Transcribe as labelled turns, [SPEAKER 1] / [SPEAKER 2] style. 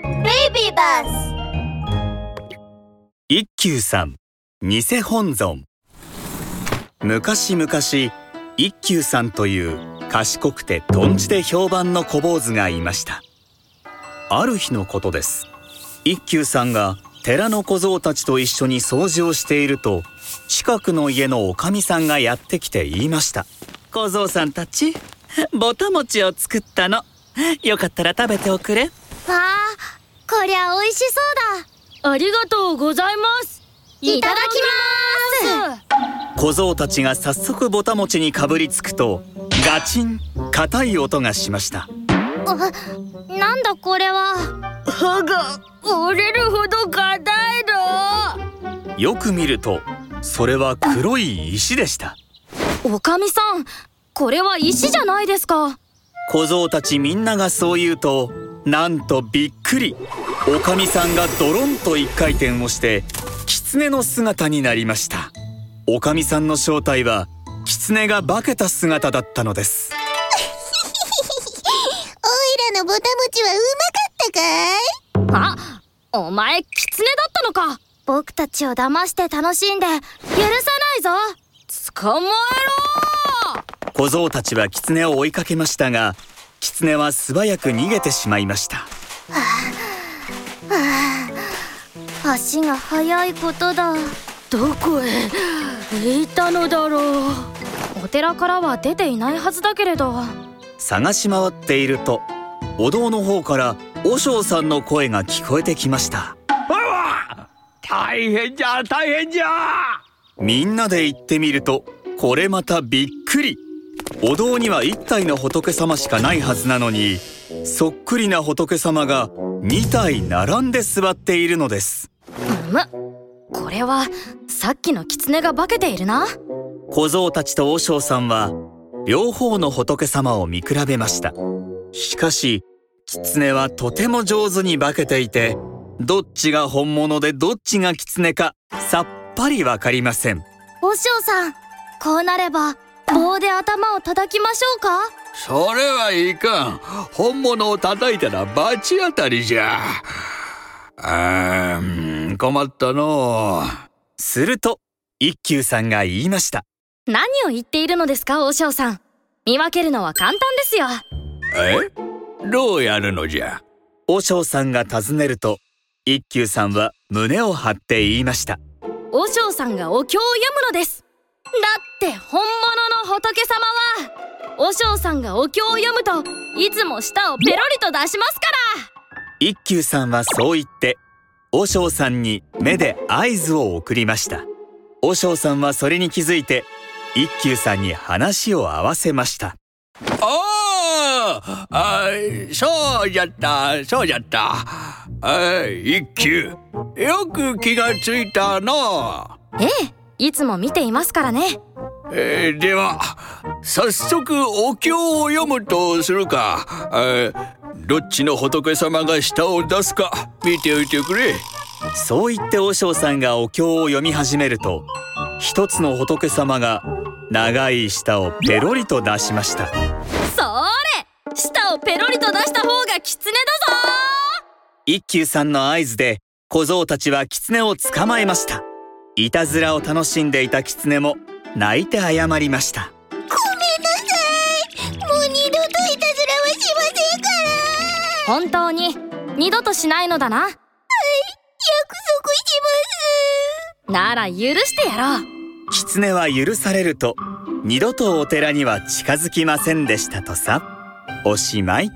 [SPEAKER 1] リバース
[SPEAKER 2] 一休さん偽本尊昔々一休さんという賢くてとんちで評判の小坊主がいましたある日のことです一休さんが寺の小僧たちと一緒に掃除をしていると近くの家のおかみさんがやってきて言いました小僧さんたちぼた餅を作ったのよかったら食べておくれ
[SPEAKER 1] わあこりゃ美味しそうだ
[SPEAKER 3] ありがとうございます
[SPEAKER 1] いただきます
[SPEAKER 2] 小僧たちが早速ぼた餅にかぶりつくとガチン硬い音がしました
[SPEAKER 1] あなんだこれは
[SPEAKER 3] 歯が折れるほど硬いの
[SPEAKER 2] よく見るとそれは黒い石でした
[SPEAKER 3] おかみさんこれは石じゃないですか
[SPEAKER 2] 小僧たちみんながそう言うとなんとびっくりおかみさんがドロンと一回転をして狐の姿になりましたおかみさんの正体は狐が化けた姿だったのです
[SPEAKER 4] おいらのぼたもちはうまかったかい
[SPEAKER 3] あお前キツネだったのか
[SPEAKER 1] 僕たちを騙して楽しんで許さないぞ
[SPEAKER 3] 捕ま
[SPEAKER 2] 小僧たちは狐を追いかけましたが狐は素早く逃げてしまいました
[SPEAKER 1] 足が速いことだ
[SPEAKER 3] えろどこへ行ったのだろうお寺からは出ていないはずだけれど
[SPEAKER 2] 探し回っているとお堂の方から和尚さんの声が聞こえてきました
[SPEAKER 5] 大変じゃ大変じゃ
[SPEAKER 2] みんなで行ってみるとこれまたびっくりお堂には1体の仏様しかないはずなのにそっくりな仏様が2体並んで座っているのです
[SPEAKER 3] うむこれはさっきのキツネが化けているな
[SPEAKER 2] 小僧たちと和尚さんは両方の仏様を見比べましたしかし狐はとても上手に化けていてどっちが本物でどっちが狐かさっぱりわかりません
[SPEAKER 1] 和尚さんこうなれば棒で頭を叩きましょうか
[SPEAKER 5] それはいかん本物を叩いたら罰当たりじゃあーうん困ったのう
[SPEAKER 2] すると一休さんが言いました
[SPEAKER 3] 何を言っているのですか和尚さん見分けるのは簡単ですよ
[SPEAKER 5] えどうやるのじゃ
[SPEAKER 2] 和尚さんが尋ねると一休さんは胸を張って言いました
[SPEAKER 3] 和尚さんがお経を読むのですだって本物の仏様は和尚さんがお経を読むといつも舌をペロリと出しますから
[SPEAKER 2] 一休さんはそう言って和尚さんに目で合図を送りました和尚さんはそれに気づいて一休さんに話を合わせました
[SPEAKER 5] おーあーそうじゃったそうじゃったあー一休よく気がついたのう
[SPEAKER 3] ええいつも見ていますからね
[SPEAKER 5] えーでは早速お経を読むとするか、えーどっちの仏様が舌を出すか見ておいてくれ
[SPEAKER 2] そう言って和尚さんがお経を読み始めると一つの仏様が長い舌をペロリと出しました
[SPEAKER 3] それ舌をペロリと出した方がキツネだぞ
[SPEAKER 2] 一休さんの合図で小僧たちは狐を捕まえましたいたずらを楽しんでいた狐も泣いて謝りました
[SPEAKER 4] ごめんなさいもう二度といたずらはしませんから
[SPEAKER 3] 本当に二度としないのだな
[SPEAKER 4] 約束します
[SPEAKER 3] なら許してやろう
[SPEAKER 2] 狐は許されると二度とお寺には近づきませんでしたとさおしまい